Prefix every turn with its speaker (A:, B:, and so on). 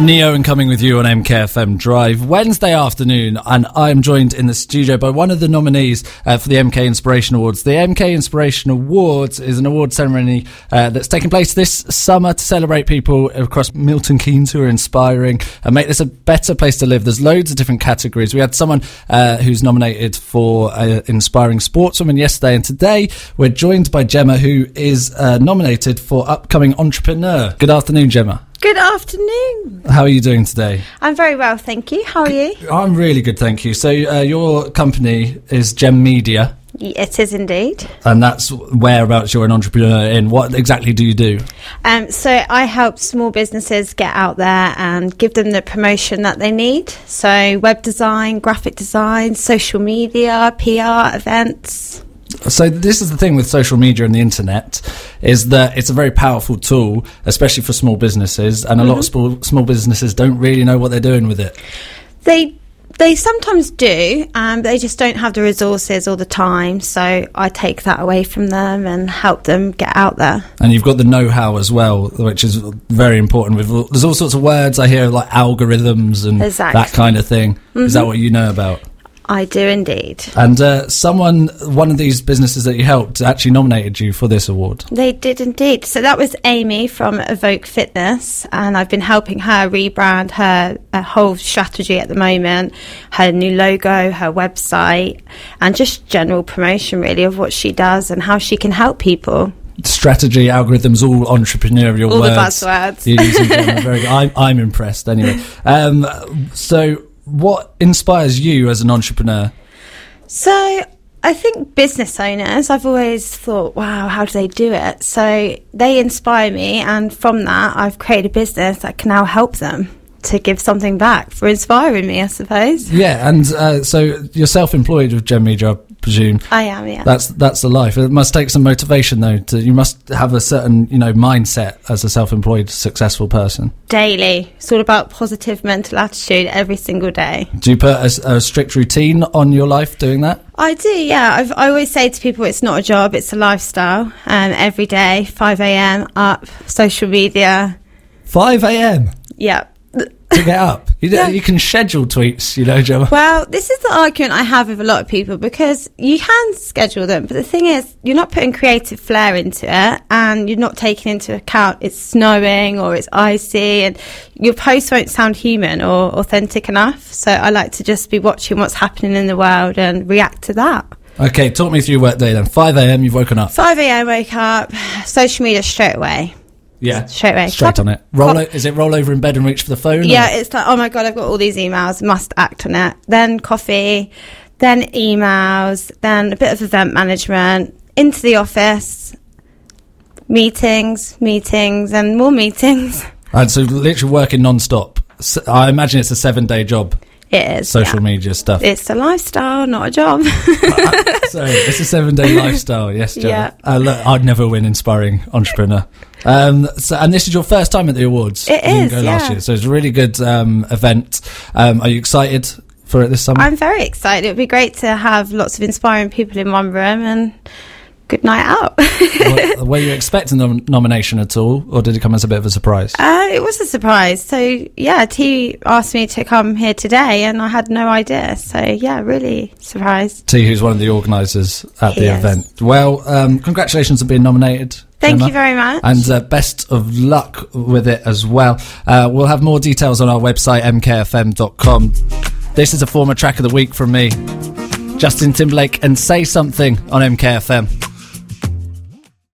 A: Neo and coming with you on MKFM Drive Wednesday afternoon, and I'm joined in the studio by one of the nominees uh, for the MK Inspiration Awards. The MK Inspiration Awards is an award ceremony uh, that's taking place this summer to celebrate people across Milton Keynes who are inspiring and make this a better place to live. There's loads of different categories. We had someone uh, who's nominated for uh, Inspiring Sportswoman yesterday, and today we're joined by Gemma, who is uh, nominated for Upcoming Entrepreneur. Good afternoon, Gemma.
B: Good afternoon.
A: How are you doing today?
B: I'm very well, thank you. How are you?
A: I'm really good, thank you. So uh, your company is Gem Media,
B: It is indeed.
A: and that's whereabouts you're an entrepreneur in. What exactly do you do?
B: Um, so I help small businesses get out there and give them the promotion that they need. So web design, graphic design, social media, PR, events.
A: So this is the thing with social media and the internet is that it's a very powerful tool, especially for small businesses, and a lot of small, small businesses don't really know what they're doing with it.
B: They they sometimes do, um, but they just don't have the resources or the time. So I take that away from them and help them get out there.
A: And you've got the know-how as well, which is very important. With all- there's all sorts of words I hear like algorithms and
B: Exactly.
A: that kind of thing. Is that what you know about?
B: I do indeed.
A: And uh, someone, one of these businesses that you helped, actually nominated you for this award.
B: They did indeed. So that was Amy from Evoke Fitness, and I've been helping her rebrand her uh, whole strategy at the moment, her new logo, her website, and just general promotion really of what she does and how she can help people.
A: Strategy, algorithms, all entrepreneurial
B: All the
A: words.
B: buzzwords.
A: You're using them. Very good. I'm, I'm impressed anyway. Um, so, what inspires you as an entrepreneur?
B: So I think business owners, I've always thought, wow, how do they do it? So they inspire me, and from that, I've created a business that can now help them to give something back for inspiring me, I suppose.
A: Yeah, and uh, so you're self-employed with Gem Media, I presume.
B: I am, yeah.
A: That's that's the life. It must take some motivation though. To, you must have a certain you know mindset as a self-employed successful person.
B: daily. It's all about positive mental attitude every single day.
A: Do you put a s a a strict routine on your life doing that?
B: I do, yeah. I've, I always say to people, it's not a job, it's a lifestyle. Um, every day, 5 a.m., up, social media.
A: 5 a.m.
B: Yeah.
A: to get up. You, d you can schedule tweets, you know, Gemma.
B: Well, this is the argument I have with a lot of people because you can schedule them, but the thing is, you're not putting creative flair into it and you're not taking into account it's snowing or it's icy and your posts won't sound human or authentic enough. So I like to just be watching what's happening in the world and react to that.
A: Okay, talk me through your work day then. 5 a.m. You've woken up.
B: 5 a.m. woke up, social media straight away.
A: Yeah,
B: Straight away.
A: Straight on it. Roll. O- is it roll over in bed and reach for the phone? or-
B: Yeah, it's like, oh my God, I've got all these emails, must act on it. Then coffee, then emails, then a bit of event management, into the office, meetings, meetings, and more meetings.
A: And so literally working non-stop. S I I imagine it's a seven-day job.
B: It is.
A: Social
B: yeah.
A: media stuff.
B: It's a lifestyle, not a job.
A: so it's a seven-day lifestyle. Yes, Gemma.
B: Yeah.
A: Uh, look, I'd never win inspiring entrepreneur. Um, so, and this is your first time at the awards.
B: It
A: you didn't
B: is,
A: Go last
B: yeah.
A: year, so it's a really good um, event. Um, are you excited for it this summer?
B: I'm very excited. It would be great to have lots of inspiring people in one room and good night out.
A: were, were you expecting the nom- nomination at all, or did it come as a bit of a surprise?
B: Uh, it was a surprise. So yeah, T asked me to come here today, and I had no idea. So yeah, really surprised.
A: T, who's one of the organisers at the
B: Yes.
A: event. Well, um, congratulations on being nominated.
B: Thank
A: Gemma.
B: you very much.
A: And uh, best of luck with it as well. Uh, we'll have more details on our website, mkfm.com. This is a former track of the week from me Justin Timberlake and Say Something on MKFM.